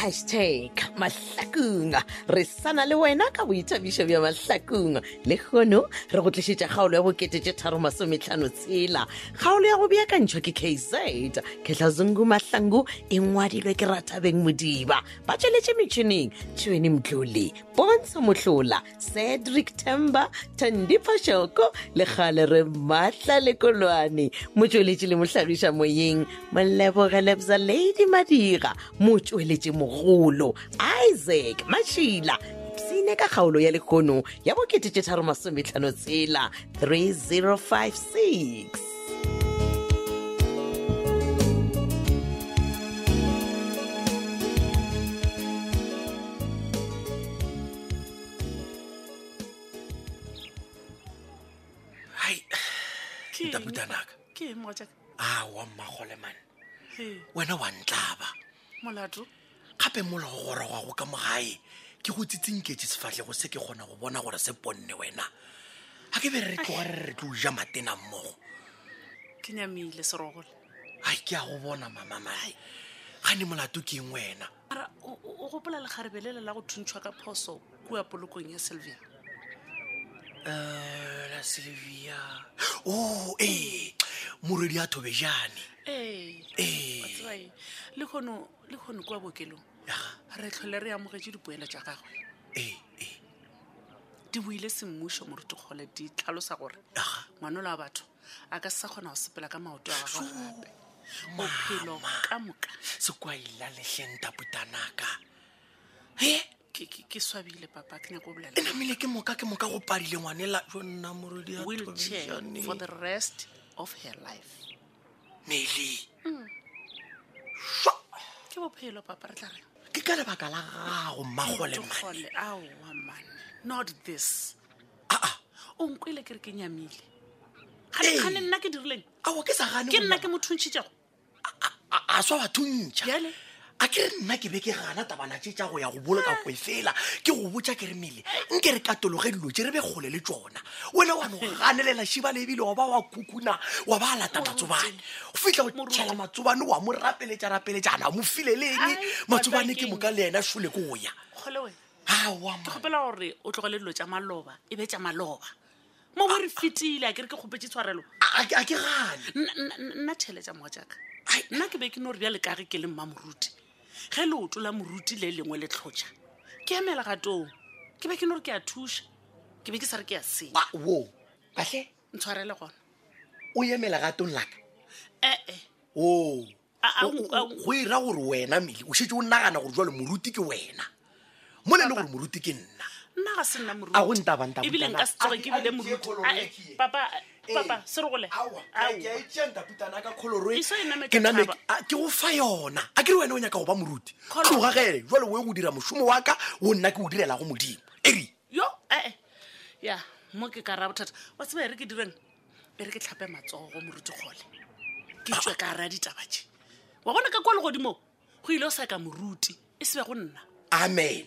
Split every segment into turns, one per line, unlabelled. hashtag mahlakong re sana le wena ka boithabišo bja mahlakong le kgono re go tlišitša kgaolo ya boketee tharo masometlhano tshela kgaolo ya go beakantšhwa ke kz ketlhazungu mahlangu e ngwadilwe ke ratabeng modiba ba tšweletše metšhineng tšhweni mtlole pontsho mohlola cedric temba tandipha shoko le kgale re maatla le kolwane motsweletše le mohlagiša moyeng molebogelebza lady madira motsweletše mogolo isaac mashila ipsene ka kgaolo ya lekono ya boketee tharo masometlhano tsela 3056
hai
Ke eng?
ntaputanaka
ke eng mogatšaka
awa mmagole mane
Hei,
wena wa ntlaba
molato
gape mola go gorogago ka mo gae ke go tsitsenketse sefatlhego se ke kgona go bona gore se ponne wena ga ke be re re tloga re re re tlo ja matena mmogo
ke nyamile serogole
ai ke a go bona mama mae gane molato ke eng wena
ara o o- o gopola lekgarebelela la go thuntšhwa ka phoso kua polokong ya sylvia
um la sylvia o ee morwedi a thobejane
ee
Ee.
wa tseba eng? le kgono le kgono kua bookelong re tlhole re amogetse dipoelo tša gagwe
ee ee
di boile semmušo morutokgole di tlhalosa gore
aga
ngwanolo wa batho a ka se sa kgona go sepela ka maoto a gagwe gape bophelo
Mama.
ka moka
se kwa ila letlheng taputanaka
Ke- ke ke swabile papa ke nyako bolela
e namile ke moka ke moka go padile ngwanela jo nna morodi a
wheelchair
thobejane.
for the rest of her life
mele
ke bophelo papa re tla reng
ke ka lebaka la gago mmagole mane
togole aowa man not this
aa
o nkwele ke re ke nyamile ganekgane nna ke dirileng
ao ke sa gane
ke nna
go-
ke mothuntšhitšego
a- a- a swa bathontšha
bjale
a ke re nna ke be ke gana tabana tse tša go ya go
Ah.
boloka kwe fela ke go botša ke re mele nke re katologe dilo tse re be kgole le tsona wena wa no ganelela šiba le ebile wa ba wa kukuna wa ba a lata matsobane o fitlha o
Moruti.
tšhela matsobane wa mo rapeletša rapeletša ana mo file le eng
Ai,
matsobane ke
batlakeng.
moka le yena šole ko go ya
kgole wena
awa
ke kgopela gore o tlogele dilo tša maloba e be tša maloba mo bo re fetile a ke re ke kgopetse tshwarelo
a a ke gane
Nna- nna- nna nna thele tša moga jaaka
Ai.
nna ke be ke no re bjale kage ke le mma moruti ge leoto la moruti le lengwe le tlhotša ke emela gatong ke be ke no re ke a thuša ke be ke sa re ke a senya
Wa- wo kahle
ntshwarele gona
o emela gatong laka
ee
oo
A- a-
O- o-
a-
o- go ira gore wena mele o shetse o nagana gore jalo moruti ke wena mo ne le gore moruti ke nna
nna ga se nna
A go ntaba, ntaba,
ebile
ntaba.
nka se tsoge ke
A- a-
bile
a-
moruti
ke kgolo,
Ae,
e ke ye.
papa
Ee.
papa se regole
Aowa,
e. Aowa.
ke a e tšea ntaputana ka kgoloro e.
Iso e name ka
Ke name-
thaba.
a, ke go fa yona a ke re wena o nyaka go ba moruti
Kgoloro.
tlogagele jalo o ye go dira mošomo wa ka o nna ke o direla go modimo E ere
yo ee ya mo ke ka raya bothata wa tseba e re ke direng e re ke tlhape matsogo moruti kgole ke tswe ka raya ditaba tše wa bona ka kwa legodimo go ile o sa ka moruti e se be go nna
amen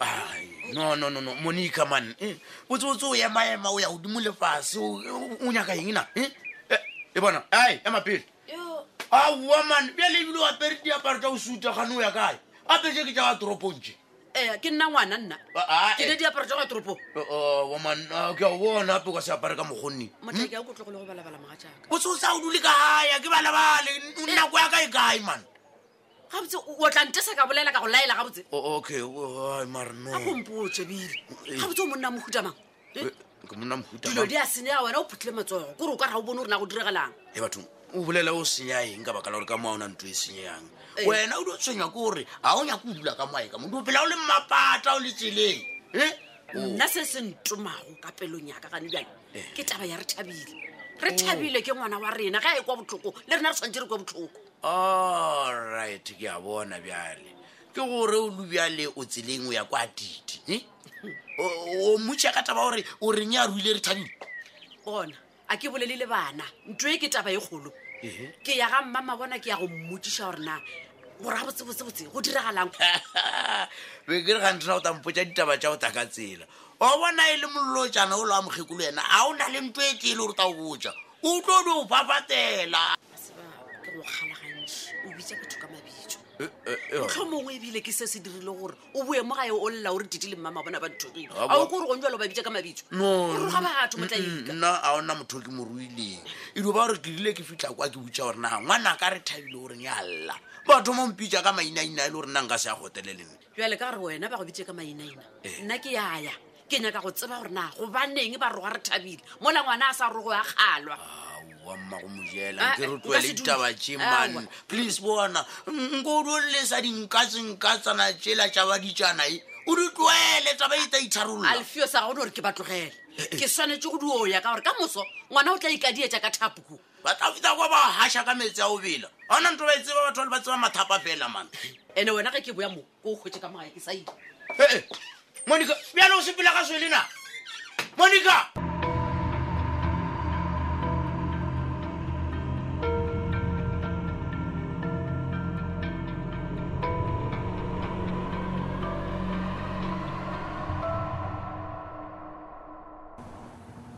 Ai, no no no no monica man eh, o tse o tse o emaema o ya godimo lefase o o- o Oh, nyaka eng na eh? Eh, e bona ai ema pele aowa man Ah, bjale ebile o apere diaparo tsa go suta gane o ya kae apetse ke tsa wa toropong tse
ee ke nna ngwana nna
Ah, ah, eh.
diaparo tsa ka toropong
woman ah, ke a o bona ape o ka se apare ka mokgonni
motlhake a kotlogole go balabala moga jaaka
o se o sa o dule ka gaya ke balabale n- nako ya ka e kae man
gabotse o tla ntesa ka bolela ka go laela gabotse
O- okay o- ai, mare no
kompotse bile
Eh.
gabotse o monna mohudamang
Eh, ke monna mohuta
dilo
mang?
di a senyega wena o phutlhile matsogo kore o ka ra o bone gore na go diragalang
e bathong o bolela o senya eng ka baka la gore ka moa o na ntho e senyeyang
Ee.
wena o di o tshwenya ke gore ga o nyako o dula ka moae ka modi o phela o le mmapata o le tseleng Eh? O-
nna se se ntomago ka pelong yaka gane bjale
Eh.
ke taba ya re thabile re thabile ke ngwana wa rena ga e kwa botlhoko le rena re tshwanetse re kwa botlhoko
allright ke a bona bjale ke gore o lobjale o tseleng o ya kwa didi eh? o mmotšha ka taba gore o reng ya ruile re thabile
ona a ke bolele le bana ntho e ke taba e kgolo
Ehe.
ke ya ga mmama bona ke ya go mmotsiša gore na gore
Eh.
ga botsebotsebotse go diragalang
be ke re gantena o tampotša ditaba tša go taka tsela wa bona e le mollotsana o lo a mokgekolo ena a o na le ntho e tele gore ta o botja o tlo di o fafatela
a tseba ke go kgala gantši o bitsa batho ka mabitso motlhomongwe ebile ke se se dirile gore o boe mo gae o lla ore didi le mmama bona ba nthogile
Ah,
a o
bo-
ko gore go njalo ba bitsa ka mabitso
No,
O roga batho
Mm,
motlaika
nna a ona motho o ke mo ruileng edo ba gore ke dile ke fitlha kwa ke botsa gore na ngwana ka re thabile goreng ya lla batho mo mpitsa ka mainaina e le gore nna nka se a gotele le nna
jale ka gore wena ba go bitse ka mainaina
Eh.
nna ke yaya ke nyaka go tseba gore na gobaneng ba roga re thabile mola ngwana a sa rogo a kgalwa
Ah. aowa mma go
Ah,
mojela ke
eh, nka
rotlwele
se dumele.
ditaba tše man
Aowa.
please bona nkodo le sa dinkatsenkatsana tsela tša baditšana e o di e tlwaele tsa ba eta itharolola
alfio sa gone gore ke ba tlogele
Eh,
ke swanetse go duo ya ka gore ka moso ngwana o tla ikadietsa ka thapuku
ba tla fitsa kwa ba hasha ka metsi a o bela ona nto ba e tseba batho ba le ba tseba mathapa fela man
ande wena ge ke boya mo ko o kgwetse ka mogae ke sa ile
Eh, monica bjale o sepela ka swele na monica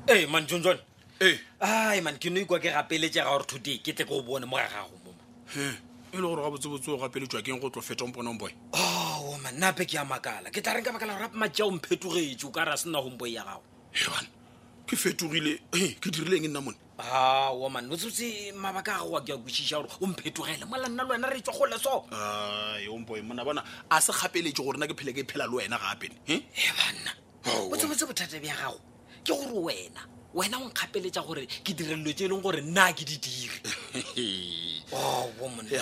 ee man john john
ee
ai man ke no ikwa ke gapeletsega gore today ke tle ke o bone mo ga gago moma
e le gore ga botsebotse o gapeletswa keng go tlo fetong ponomboy
oo Oh, man nape ke a makala ke tla reng ka baka la gorape matšao mphetogetse o ka ra sena homeboy ya gago
ewan Ee, ke fetogile Hei, ke dirileng e nna mone
ao man o tsetse mabaka a gago wa ke a kwešiša gore o mphetogele mola nna le wena re tswa kgole so
omboy mona bona a se gapeletse gore na ke phele ke phela le wena eh? gapene
e banna o tsebotse bothata bja gago ke gore wena wena o nkgapeletša gore ke direlelo tse e leng gore nna ha ke di dire oo monna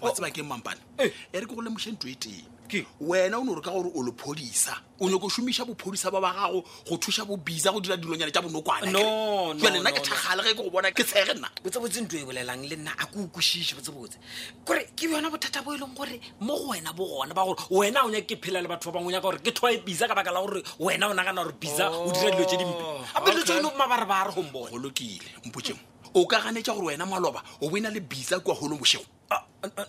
wa tseba ke mampane e
Eh.
re ke go lemoše ntho e teng
Ke?
wena o ne ore ka gore o le phodisa o nyako šomiša bophodisa ba ba gago go thuša bobisa go dira dilonyana tša bonokwana
No, no,
jale nna
no, no.
ke thagale ge ke go bona ke tshege nna
botsebotse ntho e bolelang le nna a ko okwešiše botsebotse kore ke yona bothata bo e leng gore mo go wena bo gona ba gore wena o nyake ke phela le batho ba bangwe o nyaka gore ke thoe bisa ka baka la gore wena o nagana gore bisa o dira dilo tse dimpe ape dilo tse e leng mabarebare gombone
go lokile mpotseng o ka ganetša gore wena maloba o boena le bisa kua golo mošego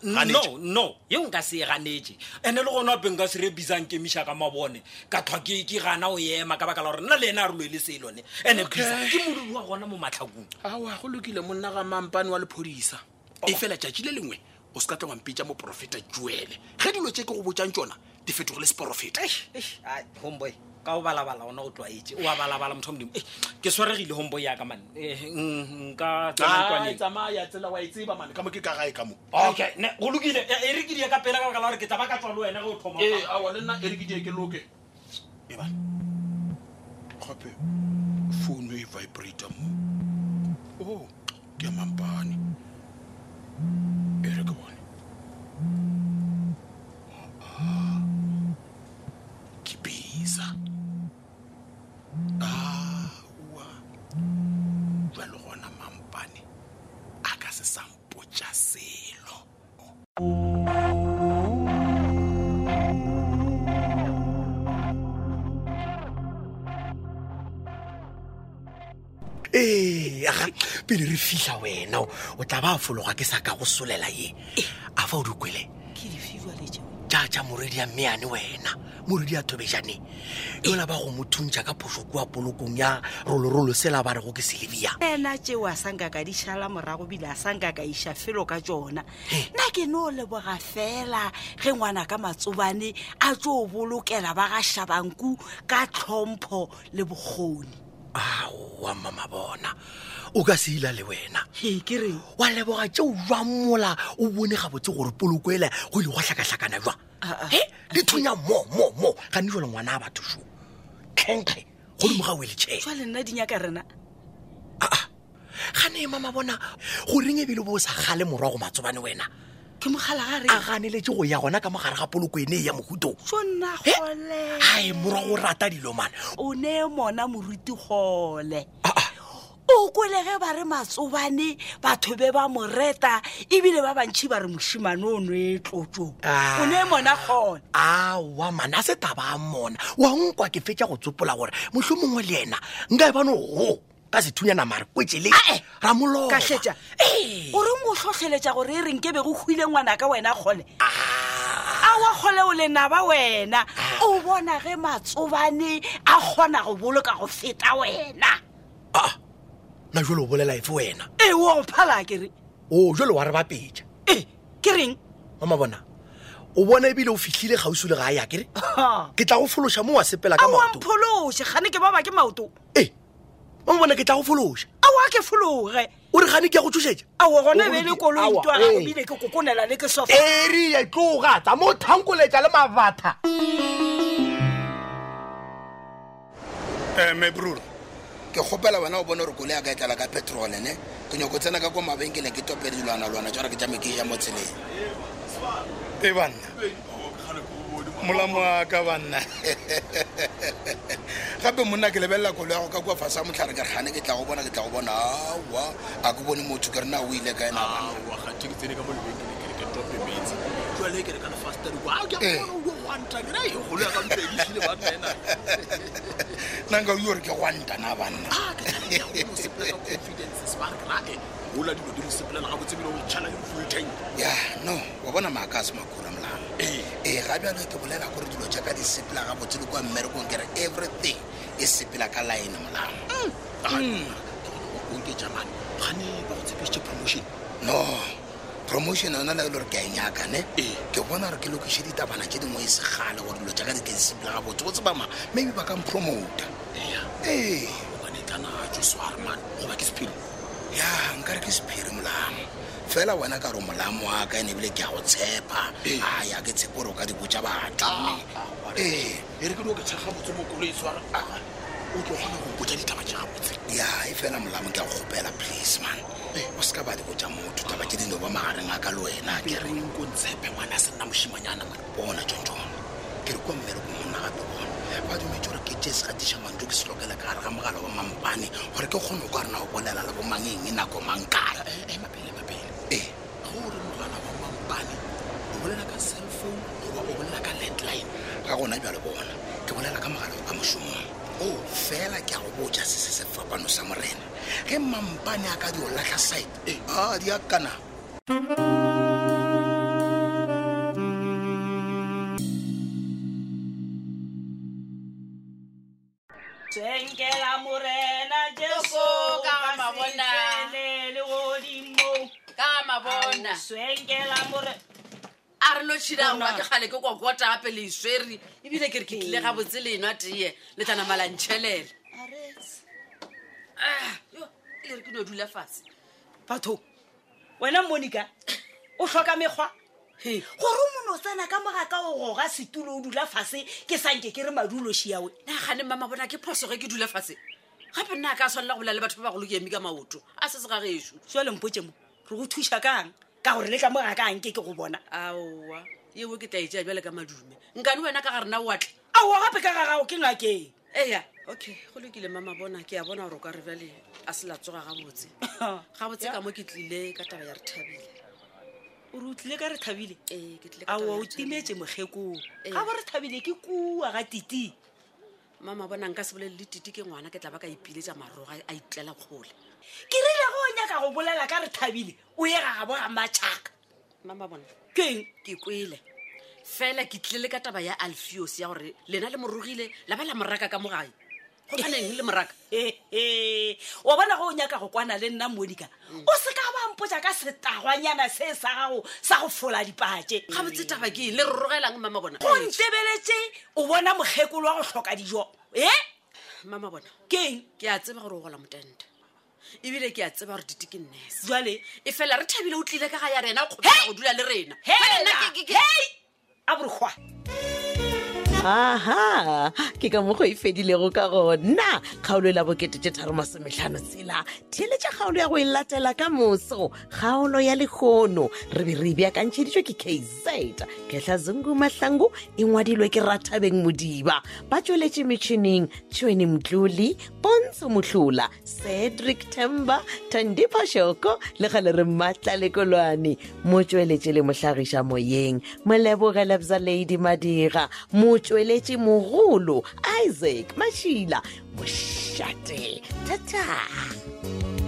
no no yeo nka se e ganetse ande le gona ape nka se re bisang kemiša ka mabone ka tlhwa ke ke gana o ema ka baka la gore nna le ena a re loele se e lone ande bisa ke modudi wa gona mo matlhakong
aa go lokile monna ga mampane wa lephodisa e fela tšatši le lengwe o se ka tla wampetša moporofeta juele ge dilo tše ke go botjang tsona di fetogile seporofeta
homeboy ka o balabala ona o tlwaetse o a balabala motho wa modimo Eh, ke swaregile homeboy yaka mane Eh, mm, nka tsamantlwaneng
tsamaya tsela wa e tseba mane ka mo ke ka gae ka mo
okay ne, go lokile e re kedie ka pela ka baka la gore ke tla ba ka tswa le wena ge o thoma
ee awa le nna e re ke die ke loke ebane gape founu e vibrator mo o ke a mampane e re ke bone Ah, ke bisa awa jalo gona mampane a ka se sampotša selo ee aga pele re fitlha wena o tla ba fologa ke sa ka go solela ye a fa o di kwele
ke difiwa leo
jaja morwedi a mmeane wena morwedi a thobejane yola ba go mothuntšha ka phoso kua polokong ya rolorolo sela ba rego ke selebia
ena tšeo a sanka ka dišala morago bile a sanka ka iša felo ka tšona nna ke no leboga fela ge ngwana ka matsobane a tšo bolokela ba ga šabanku ka tlhompho le bokgoni
aowa mama bona o ka se ila le wena
he ke reng
wa leboga tšeo jwang mola o bone gabotse gore poloko ele go ile gwa hlakahlakana jwang he di thunya mo mo mo gane jwale ngwana a batho so tlhenkge godimo ga weletšhee
jwale nna di nyaka rena
gane mama bona goreng ebile bo o sa gale morwa go matsobane wena
ke mogala ga
a
reng
ganeletse go ya gona ka mogare ga poloko ene e ya mohutong
tso nna
He?
gole
ae morwa go rata dilo mane
o ne mona moruti gole
Ah, ah.
o kwele ge ba re matsobane batho be ba mo reta ebile ba bantšhi ba re mošimane o no e tlotso
Ah.
o ne mona gona
aowa mana a se taba a mmona wa nkwa ke fetša go tsopola gore motlho mongwe le ena nka e bane go ka se thunyana mare kwetsele
Ae.
ramoloba
ka hletša o reng o tlhotlheletša gore e Ah. reng ke be go hwile ngwana ka wena kgole a wa kgole o lenaba wena o o bona ge matsobane a kgona go boloka go feta wena
aa na jalo o bolela efe wena
ee E, o phala kere
o jalo wa re bapetša
ee E, ke reng
wa mabona o bona ebile o fitlhile gausi le ga a yakere ke tla go fološa mo wa sepela ka
a
maoto
wamphološe gane ke baba ke maoto
ee wa mabona ke tla go fološa
aowa ke fologe
o re gane ke ya go tšhošetša
ao gona
O-
be le
Aowa,
koloitwa
ee.
ebile ke kokonela le ke sofa
eria tloga tsa mo thankoletša le mabatha
Eh, mebruro ke kgopela wena o bone gore kole ya ka e tlala ka petrole ne ke nyako tsena ka ko mabenkeleng ke tope dilwana-lwana ja gore ke jame ke ja mo tseleng
e banna molamo wa ka banna
gape monna ke lebelela kolo ya go ka kua fase a motlhare ke re gane ke tla go bona ke tla go bona awa a ke bone motho ke re na o ile ka ena
Ah. ke tsene ka molebenkelekere ke tope metse jale ke rekana fastadi a ke
Eh.
bona o yo wantakere e golo ya ka mpedisile bannena
nanka o ore ke gwantana banna
a Ah, ke tlae go sepela ka confidence sebakerae gola dilo di go sepelela ga botsebile go tšhala le fuiteng
ya no wa bona maaka a se makura molamo
Eh.
ee ga bjalo ke bolela gore dilo jaaka di sepela gabotse le kwa mmerekong kere everything e sepela ka line molamo
konke jamane gane ba go tshepišitše promotion
no promotion yona le le gore ke a enyaka ne
Ee.
ke bona gore ke lokise ditabana tse dingwe e segale gore dilo jaaka di ke disepela ga botse go tsebama maybe ba ka mpromota
ea
ee
obane tana jo sware mane goba ke sephelo
ya nkare ke sephiri molamo fela wena ka gore molamo wa ka ene ebile ke a go tshepa
Ee.
a ya ke tshepo gore o ka dibotsa batho ee
e re ke dio ke thakga botse mo koloi sware aa o tlo kgona go botsa ditaba tša gabotse
ya e fela molamo ke a go gopela please man
Eh.
o seka ba di botsa motho taba tse dino ba magareng a ka le wena ke re
kereng ko ntshepe ngwana a se nna mošimanyana mane
bona tsontsone ke re kwa mmereko monna gape bona ba dumetse gore ke tse segatiša mantlo ke se lokela ka gare ga mogala wa mampane gore ke kgone ka rena go bolela le bomangeng e nako mankaya
emapele mapele
ee
gore mogala wa mampane o bolela ka cellphone goba o bolela ka landline
ka gona bjalo bona ke bolela ka mogala wa ka mošomong o fela ke a go botja se se sefapano sa morena ge mampane a ka di o latlha site e a di a kana
tsenkela morena jeso
ka mabona.
le godimo
ka mabona
tsenkela morena
a re lotšhida goba ke kgale ke kokota gape le iswere ebile ke re ke tlile gabotse lenwa tee le tlanamalanšhelela e le re ke no dula fatshe
batho wena monica o tlhoka mekgwa
He.
gore o mono o tsena ka moga ka o goga setulo o dula fase ke sanke ke re madulošiawe
na gane mama bona ke phoso ge ke dula fatshe gape nna a ka tshwanela go bola le batho ba bagolo ke eme ka maoto a se se ga gešo
jale mpotse mo re go thuša kang ka gore le ka moga kang ke ke go bona
aowa eo ke tla etsea bjale ka madume nkane wena ka garena oatla
ao gape ka gagago ke ngakeng
eya okay go lokile mama bona ke a bona gore o ka re bjale a se latsoga gabotse gabotse ka mo ke tlile ka taba ya re thabile
o re o tlile Eh, ka re thabile
ee
Eh.
ke tlile ka taba ya
ao o
re thabile.
timetse mokgekong
Ee.
ga bo re thabile ke kua ga titing
mama bona nka se bolele le tite ke ngwana ke tla ba ka ipiletsa maroga a itlela kgole
ke rile go o nyaka go bolela ka re thabile o ye ga gabo ga matšhaka
mama bona
keng
ke kwele fela ke tlile le ka taba ya alfios ya gore lena le morogile la ba la moraka ka mogae go baneng le moraka
ehe wa bona go o nyaka go kwana le nna monica o se ka bampotsa ka setagwanyana se sa gago sa go fola dipatše
ga botse taba ke eng le rorogelang mama bona
go ntebeletse o bona mokgekolo wa go tlhoka dijo e
mama bona
keng
ke a tseba gore o gola motente ebile ke a tseba gore dite ke nurse
jale
e fela re thabile o tlile ka ga ya rena o kgopela go dula le rena Jwale nna ke- ke- ke-
a borikgwa
aha ke ka mokgwa e fedilego ka gona kgaolo e la bokete tse tharo masometlhano tsela theletša kgaolo ya go e latela ka moso kgaolo ya lekgono re be re beakantšheditšwe ke kz kehla zungu mahlangu e ngwadilwe ke rathabeng modiba ba tsweletše metšhineng tšhweni mtlole pontsho motlhola cedric temba tandipa shoko le kgale re mmatla lekolwane mo tsweletše le mohlagiša moyeng molebogelebza ladi madira motsweletše mogolo isaac mašila mošate thata